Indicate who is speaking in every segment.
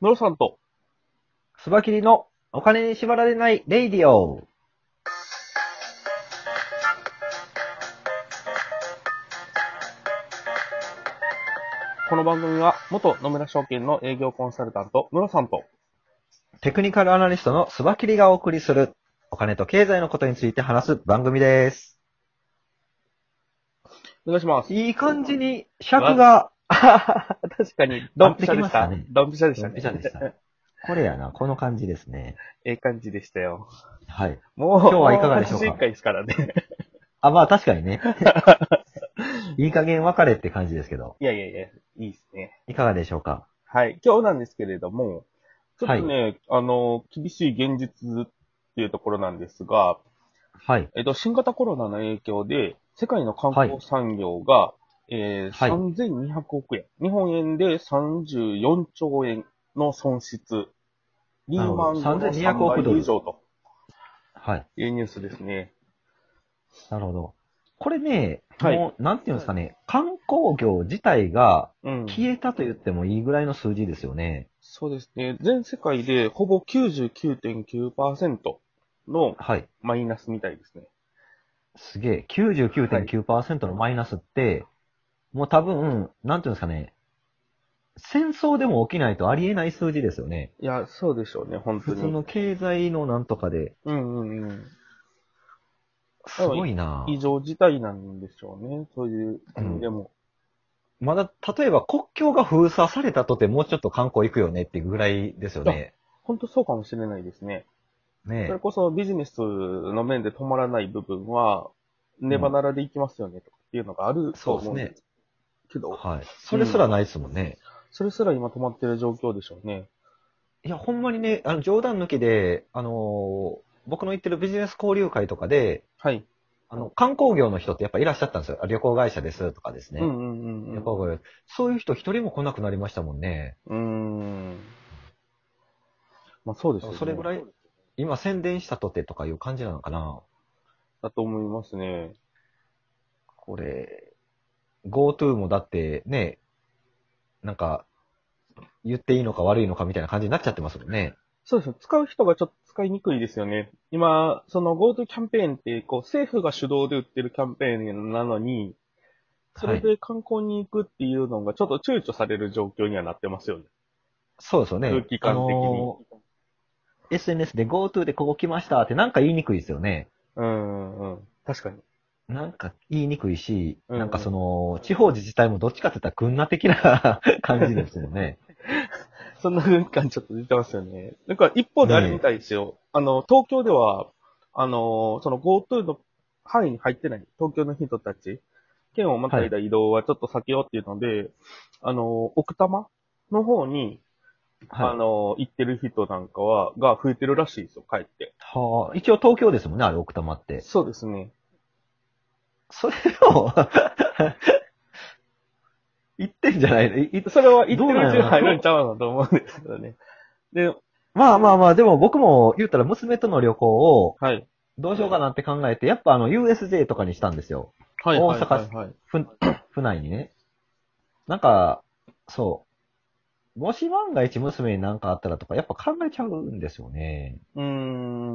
Speaker 1: のろさんと、
Speaker 2: スバキリのお金に縛られないレイディオ。
Speaker 1: この番組は、元野村証券の営業コンサルタント、のろさんと、
Speaker 2: テクニカルアナリストのスバキリがお送りする、お金と経済のことについて話す番組です。
Speaker 1: お願いします。
Speaker 2: いい感じに尺が、
Speaker 1: 確かに、ドンピシャでし
Speaker 2: できましたたね。
Speaker 1: ドンピシャでした
Speaker 2: びちゃで
Speaker 1: ね。
Speaker 2: した。これやな、この感じですね。
Speaker 1: ええ感じでしたよ。
Speaker 2: はい。
Speaker 1: もう、
Speaker 2: 今日はいかがでしょうか
Speaker 1: も80回ですからね。
Speaker 2: あ、まあ確か にね。いい加減別れって感じですけど、
Speaker 1: いやいやいや、いいですね。
Speaker 2: いかがでしょうか
Speaker 1: はい。今日なんですけれども、ちょっとね、あの、厳しい現実っていうところなんですが、
Speaker 2: はい。
Speaker 1: えっと、新型コロナの影響で、世界の観光産業が、えー、
Speaker 2: はい
Speaker 1: 3200億円、日本円で34兆円の損失。リーマン後の
Speaker 2: 3200億
Speaker 1: 3
Speaker 2: ドル
Speaker 1: 倍以上と
Speaker 2: はい。
Speaker 1: いうニュースですね。
Speaker 2: なるほど。これね、
Speaker 1: はい
Speaker 2: もう、なんていうんですかね、観光業自体が
Speaker 1: うん。
Speaker 2: 消えたと言ってもいいぐらいの数字ですよね。
Speaker 1: そうですね。全世界でほぼ99.9%の
Speaker 2: はい。
Speaker 1: マイナスみたいですね。
Speaker 2: すげえ。99.9%のマイナスって、もう多分、なんていうんですかね、戦争でも起きないとありえない数字ですよね。
Speaker 1: いや、そうでしょうね、本当
Speaker 2: 普通
Speaker 1: に。
Speaker 2: の経済のなんとかで、
Speaker 1: うんうんうん。
Speaker 2: すごいな
Speaker 1: 異常事態なんでしょうね。そういう意味でも。
Speaker 2: まだ、例えば国境が封鎖されたとてもうちょっと観光行くよねっていうぐらいですよね。
Speaker 1: 本当そうかもしれないですね。
Speaker 2: ね
Speaker 1: それ
Speaker 2: え
Speaker 1: こそビジネスの面で止まらない部分は、ネバならで行きますよね、とかっていうのがあると思うんですけど、
Speaker 2: はい。それすらないですもんね。
Speaker 1: それすら今止まってる状況でしょうね。
Speaker 2: いや、ほんまにね、あの、冗談抜きで、あのー僕の行ってるビジネス交流会とかで、
Speaker 1: はい。
Speaker 2: あの、観光業の人ってやっぱいらっしゃったんですよ。あ旅行会社ですとかですね。
Speaker 1: うんうんうん
Speaker 2: 旅行会社そういう人一人も来なくなりましたもんね。
Speaker 1: うん。うーん。まあそうですよね。
Speaker 2: それぐらい、今宣伝したとてとかいう感じなのかな。
Speaker 1: だと思いますね。
Speaker 2: これ、GoTo もだってね、なんか、言っていいのか悪いのかみたいな感じになっちゃってますもんね。
Speaker 1: そうですね。使う人がちょっと使いにくいですよね。今、その GoTo キャンペーンって、こう、政府が主導で売ってるキャンペーンなのに、それで観光に行くっていうのがちょっと躊躇される状況にはなってますよね。
Speaker 2: そうですよね。
Speaker 1: 空気感的に
Speaker 2: あのー SNS で GoTo でここ来ましたってなんか言いにくいですよね。
Speaker 1: うんうんうん。確かに。
Speaker 2: なんか言いにくいし、
Speaker 1: うんうん
Speaker 2: なんかその、地方自治体もどっちかって言ったら群馬的な感じですよ ね。
Speaker 1: そんな空気感ちょっと出てますよね。なんか一方であれみたいですよ。あの、東京では、あの、その GoTo の範囲に入ってない東京の人たち、県をまたいだ移動はちょっと避けようっていうので、あの、奥多摩の方に、あ
Speaker 2: は
Speaker 1: の、行ってる人なんかは、が増えてるらしいですよ、帰って。
Speaker 2: い。はあ、一応東京ですもんね、あれ、奥多摩って。
Speaker 1: そうですね。
Speaker 2: それを、言ってんじゃないのいい
Speaker 1: それは行っ
Speaker 2: ど
Speaker 1: て
Speaker 2: うな
Speaker 1: るう
Speaker 2: んや
Speaker 1: ち
Speaker 2: ろ
Speaker 1: に入るんちゃうのと思うんですけどね。で、
Speaker 2: まあまあまあ、でも僕も言ったら娘との旅行を
Speaker 1: はい。
Speaker 2: どうしようかなって考えて、やっぱあの USJ とかにしたんですよ。
Speaker 1: はい、はい、
Speaker 2: 大阪
Speaker 1: はいはい。
Speaker 2: ふ、 府内にね。なんか、そう。もし万が一娘に何かあったらとか、やっぱ考えちゃうんですよね。
Speaker 1: うーん、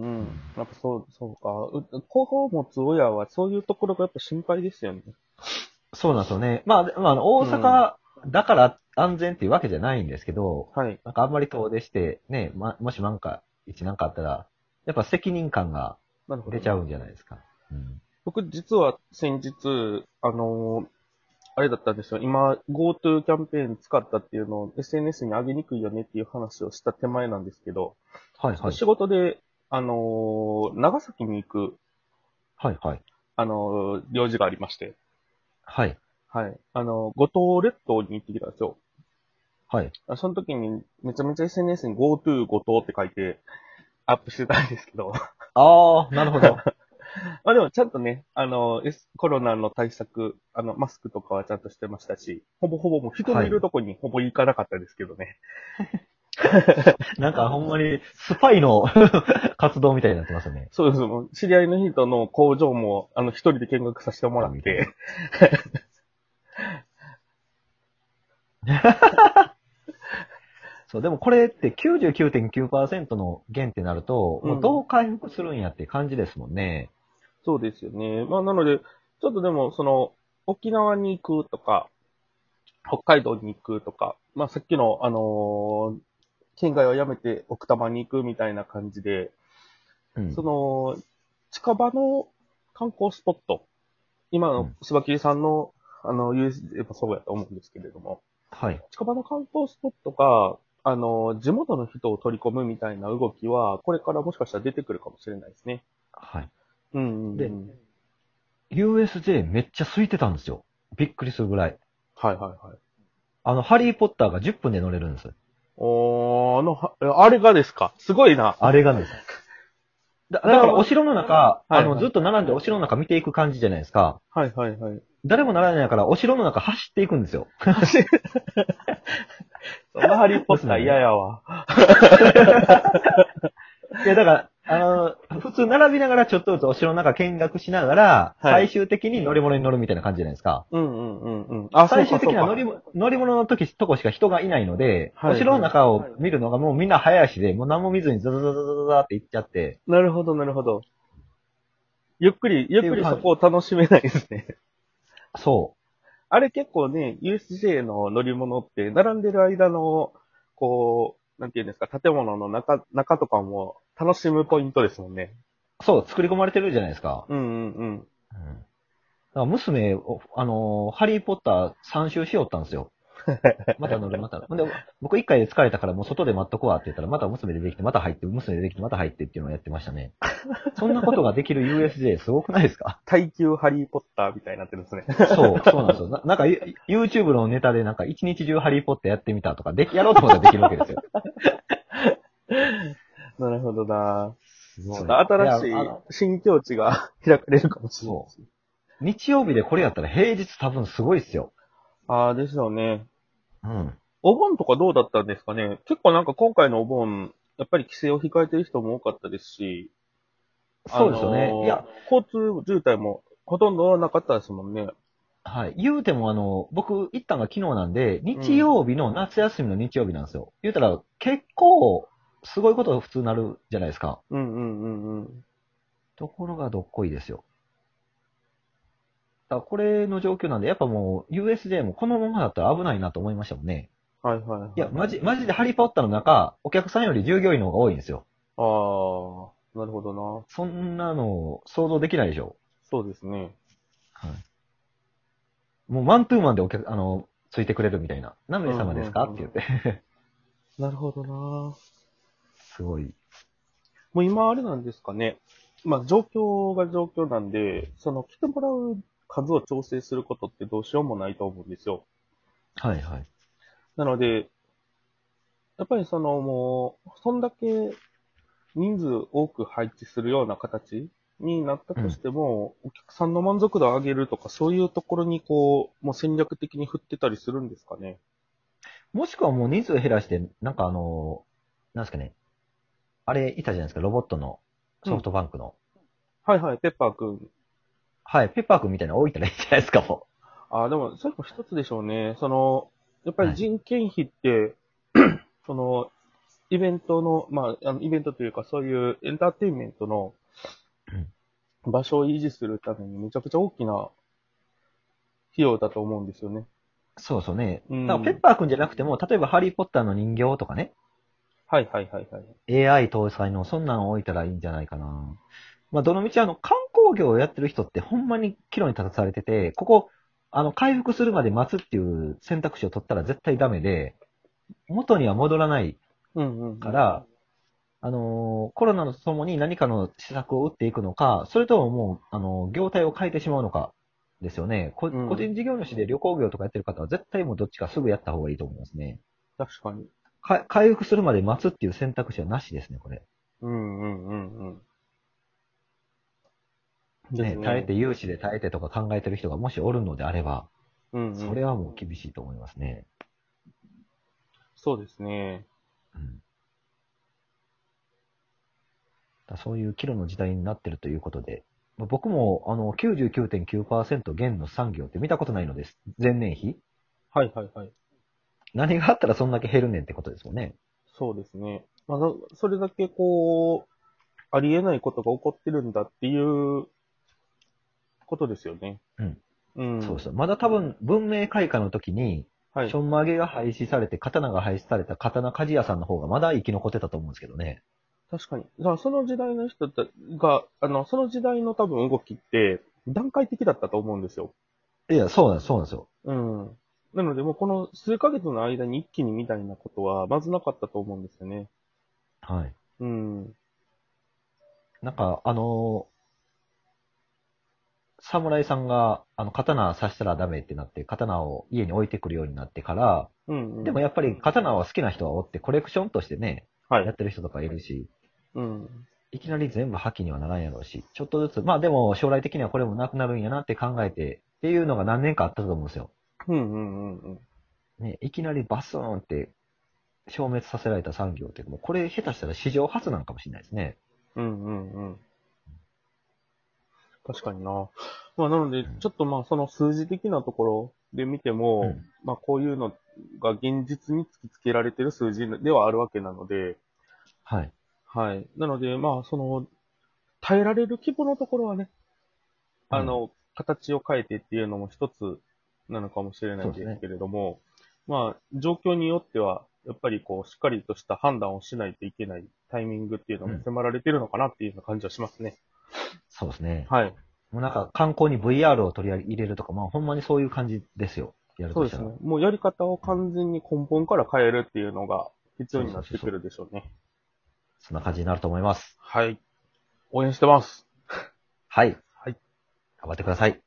Speaker 1: うん。やっぱそう、そうか。う子を持つ親はそういうところがやっぱ心配ですよね。
Speaker 2: そうなんですよね。まあで、まあ、あの大阪だから安全っていうわけじゃないんですけど、
Speaker 1: はい。
Speaker 2: なんかあんまり遠出して、ね、ま、もし万か一なんかあったら、やっぱ責任感が
Speaker 1: なるほど。
Speaker 2: 出ちゃうんじゃないですか。うん。
Speaker 1: 僕実は先日、あのーあれだったんですよ。今、GoTo キャンペーン使ったっていうのを SNS に上げにくいよねっていう話をした手前なんですけど、
Speaker 2: はいはい。
Speaker 1: 仕事で、あのー長崎に行く、
Speaker 2: はいはい。
Speaker 1: あのー用事がありまして、
Speaker 2: はい。
Speaker 1: はい。あのー五島列島に行ってきたんですよ。
Speaker 2: はい。
Speaker 1: あその時にめちゃめちゃ SNS に GoTo 五島って書いてアップしてたんですけど、
Speaker 2: ああ、なるほ ど。
Speaker 1: まあでもちゃんとね、あの、S- コロナの対策、あの、マスクとかはちゃんとしてましたし、ほぼほぼもう人のいるとこにほぼ行かなかったですけどね。
Speaker 2: なんかほんまにスパイの 活動みたいになってますよね。
Speaker 1: そうです。もう知り合いの人の工場も、あの、一人で見学させてもらって、
Speaker 2: そう、でもこれって99.9%の減ってなると、
Speaker 1: うん
Speaker 2: もうどう回復するんやって感じですもんね。
Speaker 1: そうですよね。まあ、なので、ちょっとでも、その、沖縄に行くとか、北海道に行くとか、まあ、さっきの、あのー県外はやめて奥多摩に行くみたいな感じで、
Speaker 2: うん
Speaker 1: その、近場の観光スポット、今
Speaker 2: う
Speaker 1: の
Speaker 2: ん
Speaker 1: 柴切さんの、あの、友人でもそうやと思うんですけれども、
Speaker 2: はい。
Speaker 1: 近場の観光スポットが、あの、地元の人を取り込むみたいな動きは、これからもしかしたら出てくるかもしれないですね。
Speaker 2: はい。
Speaker 1: うん、うん。
Speaker 2: で USJ めっちゃ空いてたんですよ。びっくりするぐらい。
Speaker 1: はいはいはい。
Speaker 2: あの、ハリーポッターが10分で乗れるんです。
Speaker 1: おー、あの、はあれがですかすごいな。
Speaker 2: あれ がです。だだか
Speaker 1: なる
Speaker 2: ら
Speaker 1: ほど
Speaker 2: お城の中、
Speaker 1: はい
Speaker 2: あの、ずっと並んでお城の中見ていく感じじゃないですか。
Speaker 1: はいはい はい。
Speaker 2: 誰も並んでないから、お城の中走っていくんですよ。
Speaker 1: そんなハリーポッター嫌やわ。
Speaker 2: いや、だから、あの、普通並びながらちょっとずつお城の中見学しながら、
Speaker 1: はい
Speaker 2: 最終的に乗り物に乗るみたいな感じじゃないですか。
Speaker 1: うんうんうんうん。あ、
Speaker 2: 最終的には
Speaker 1: そ
Speaker 2: 乗
Speaker 1: うか
Speaker 2: り物乗り物の時、とこしか人がいないので、
Speaker 1: はい
Speaker 2: お城の中を見るのがもうみんな早足で、もう何も見ずにザザザザザザって行っちゃって、
Speaker 1: そうかなるほどなるほど。ゆっくり、ゆっくりそこを楽しめないですね。
Speaker 2: そ
Speaker 1: あれ結構ね、USJ の乗り物って、並んでる間の、こう、なんていうんですか、建物の中、中とかも楽しむポイントですもんね。
Speaker 2: う、そう、作り込まれてるじゃないですか。
Speaker 1: うんうんうん。
Speaker 2: うん。だから娘、おあのーハリーポッター3周しよったんです よ。また乗る、また。ほんで、僕1回で疲れたからもう外で待っとこわって言ったら、また娘出てきて、また入って、娘出てきて、また入ってっていうのをやってましたね。そんなことができる USJ すごくないですか
Speaker 1: 耐久ハリーポッターみたいになってるんですね。
Speaker 2: そう、そうなんですよ。ななんか、ユ YouTube のネタでなんか一日中ハリーポッターやってみたとか、でき、やろうと思ったらできるわけですよ。
Speaker 1: なるほどな
Speaker 2: す
Speaker 1: ち
Speaker 2: ご
Speaker 1: ょっと新しい
Speaker 2: やあの
Speaker 1: 新境地が 開かれるかもしれないですね。
Speaker 2: 日曜日でこれやったら平日多分すごいっすよ。
Speaker 1: ああ、ですよね。
Speaker 2: うん。
Speaker 1: お盆とかどうだったんですかね結構なんか今回のお盆、やっぱり帰省を控えてる人も多かったですし、
Speaker 2: そうですよね。
Speaker 1: あのー
Speaker 2: いや、
Speaker 1: 交通渋滞もほとんどなかったですもんね。
Speaker 2: はい。言うても、あの、僕、行ったのが昨日なんで、日曜日の、夏休みの日曜日なんですよ。言うたら、結構、すごいことが普通なるじゃないですか。
Speaker 1: うんうんうんうん。
Speaker 2: ところがどっこいですよ。だからこれの状況なんで、やっぱもう、USJ もこのままだったら危ないなと思いましたもんね。
Speaker 1: はいはい、はい。
Speaker 2: いや、マジ、マジでハリーポッターの中、お客さんより従業員の方が多いんですよ。
Speaker 1: ああ、なるほどな。
Speaker 2: そんなの、想像できないでしょ。
Speaker 1: そうですね。
Speaker 2: もう、マンツーマンでお客、あの、ついてくれるみたいな。何名様ですか
Speaker 1: うん
Speaker 2: っ
Speaker 1: うん
Speaker 2: て
Speaker 1: うん
Speaker 2: 言って。
Speaker 1: なるほどな。も
Speaker 2: すごい。
Speaker 1: う今あれなんですかね。まあ状況が状況なんで、その来てもらう数を調整することってどうしようもないと思うんですよ。
Speaker 2: はいはい。
Speaker 1: なので、やっぱりそのもう、そんだけ人数多く配置するような形になったとしても、お客さんの満足度を上げるとか、そういうところにこう、もう戦略的に振ってたりするんですかね。
Speaker 2: もしくはもう人数減らして、なんかあの、なんですかね。あれ、いたじゃないですか、ロボットの、ソフトバンクの。
Speaker 1: はいはい、ペッパーくん。
Speaker 2: はい、ペッパー君みたいなの置いたらいいじゃないですか、も
Speaker 1: ああ、でも、それも一つでしょうね。その、やっぱり人件費って、 その、イベントの、まあ、あのイベントというか、そういうエンターテインメントの場所を維持するためにめちゃくちゃ大きな費用だと思うんですよね。
Speaker 2: う。そうそうね。
Speaker 1: うん
Speaker 2: だからペッパー君じゃなくても、例えばハリーポッターの人形とかね、
Speaker 1: はいはいはいはい。
Speaker 2: AI 搭載の、そんなん置いたらいいんじゃないかな。まあ、どのみちあの、観光業をやってる人ってほんまに岐路に立たされてて、ここ、あの、回復するまで待つっていう選択肢を取ったら絶対ダメで、元には戻らない
Speaker 1: うんうん。
Speaker 2: から、あのーコロナとともに何かの施策を打っていくのか、それとももう、あのー業態を変えてしまうのかですよね、こ
Speaker 1: うん
Speaker 2: 個人事業主で旅行業とかやってる方は絶対もうどっちかすぐやった方がいいと思いますね。
Speaker 1: 確かに。
Speaker 2: か回復するまで待つっていう選択肢はなしですね、これ。
Speaker 1: うんうんうんうん。です
Speaker 2: ね、耐えて、融資で耐えてとか考えてる人がもしおるのであれば、
Speaker 1: うん、うん。
Speaker 2: それはもう厳しいと思いますね。
Speaker 1: そうですね。
Speaker 2: うんだそういう岐路の時代になってるということで、まあ僕もあの99.9%減の産業って見たことないのです。前年比
Speaker 1: はいはいはい。
Speaker 2: 何があったらそんだけ減るねんってことですもんね。
Speaker 1: そうですね。まあ、そそれだけこう、ありえないことが起こってるんだっていうことですよね。
Speaker 2: うん。
Speaker 1: うん。
Speaker 2: そうそう。まだ多分、文明開化の時に、
Speaker 1: はい
Speaker 2: ちょ。んまげが廃止されて、刀が廃止された刀鍛冶屋さんの方がまだ生き残ってたと思うんですけどね。
Speaker 1: 確かに。だからその時代の人たが、あの、その時代の多分動きって、段階的だったと思うんですよ。
Speaker 2: いや、そうなんです、そうなんですよ。
Speaker 1: うん。なので、もうこの数ヶ月の間に一気にみたいなことは、まずなかったと思うんですよね。
Speaker 2: はい。
Speaker 1: うん。
Speaker 2: なんか、あのー侍さんが、あの、刀刺したらダメってなって、刀を家に置いてくるようになってから、
Speaker 1: うん、うん。
Speaker 2: でもやっぱり刀は好きな人はおって、コレクションとしてね、
Speaker 1: は
Speaker 2: や
Speaker 1: い
Speaker 2: っ。てる人とかいるし、
Speaker 1: うん。
Speaker 2: いきなり全部破棄にはならんやろうし、ちょっとずつ、まあでも将来的にはこれもなくなるんやなって考えて、っていうのが何年かあったと思うんですよ。
Speaker 1: うんうんうんうん。
Speaker 2: ね、いきなりバスーンって消滅させられた産業って、もうこれ下手したら史上初なんかもしれないですね。
Speaker 1: うんうんうん。確かにな。まあ、なので、ちょっとまあ、その数字的なところで見ても、
Speaker 2: うん
Speaker 1: まあ、こういうのが現実に突きつけられてる数字ではあるわけなので、
Speaker 2: はい。
Speaker 1: はい。なので、まあ、その、耐えられる規模のところはね、あの、形を変えてっていうのも一つなのかもしれない
Speaker 2: そうです
Speaker 1: です
Speaker 2: ね
Speaker 1: けれども、まあ、状況によっては、やっぱりこう、しっかりとした判断をしないといけないタイミングっていうのも迫られてるのかなっていうような感じはしますね。
Speaker 2: そうですね。
Speaker 1: はい。
Speaker 2: もうなんか観光に VR を取り入れるとか、まあほんまにそういう感じですよ。やる
Speaker 1: そうで
Speaker 2: とした
Speaker 1: す
Speaker 2: ら。
Speaker 1: ね。もうやり方を完全に根本から変えるっていうのが必要になってくるでしょうね。
Speaker 2: そんな感じになると思います。
Speaker 1: はい。応援してます。
Speaker 2: はい。
Speaker 1: はい。
Speaker 2: 頑張ってください。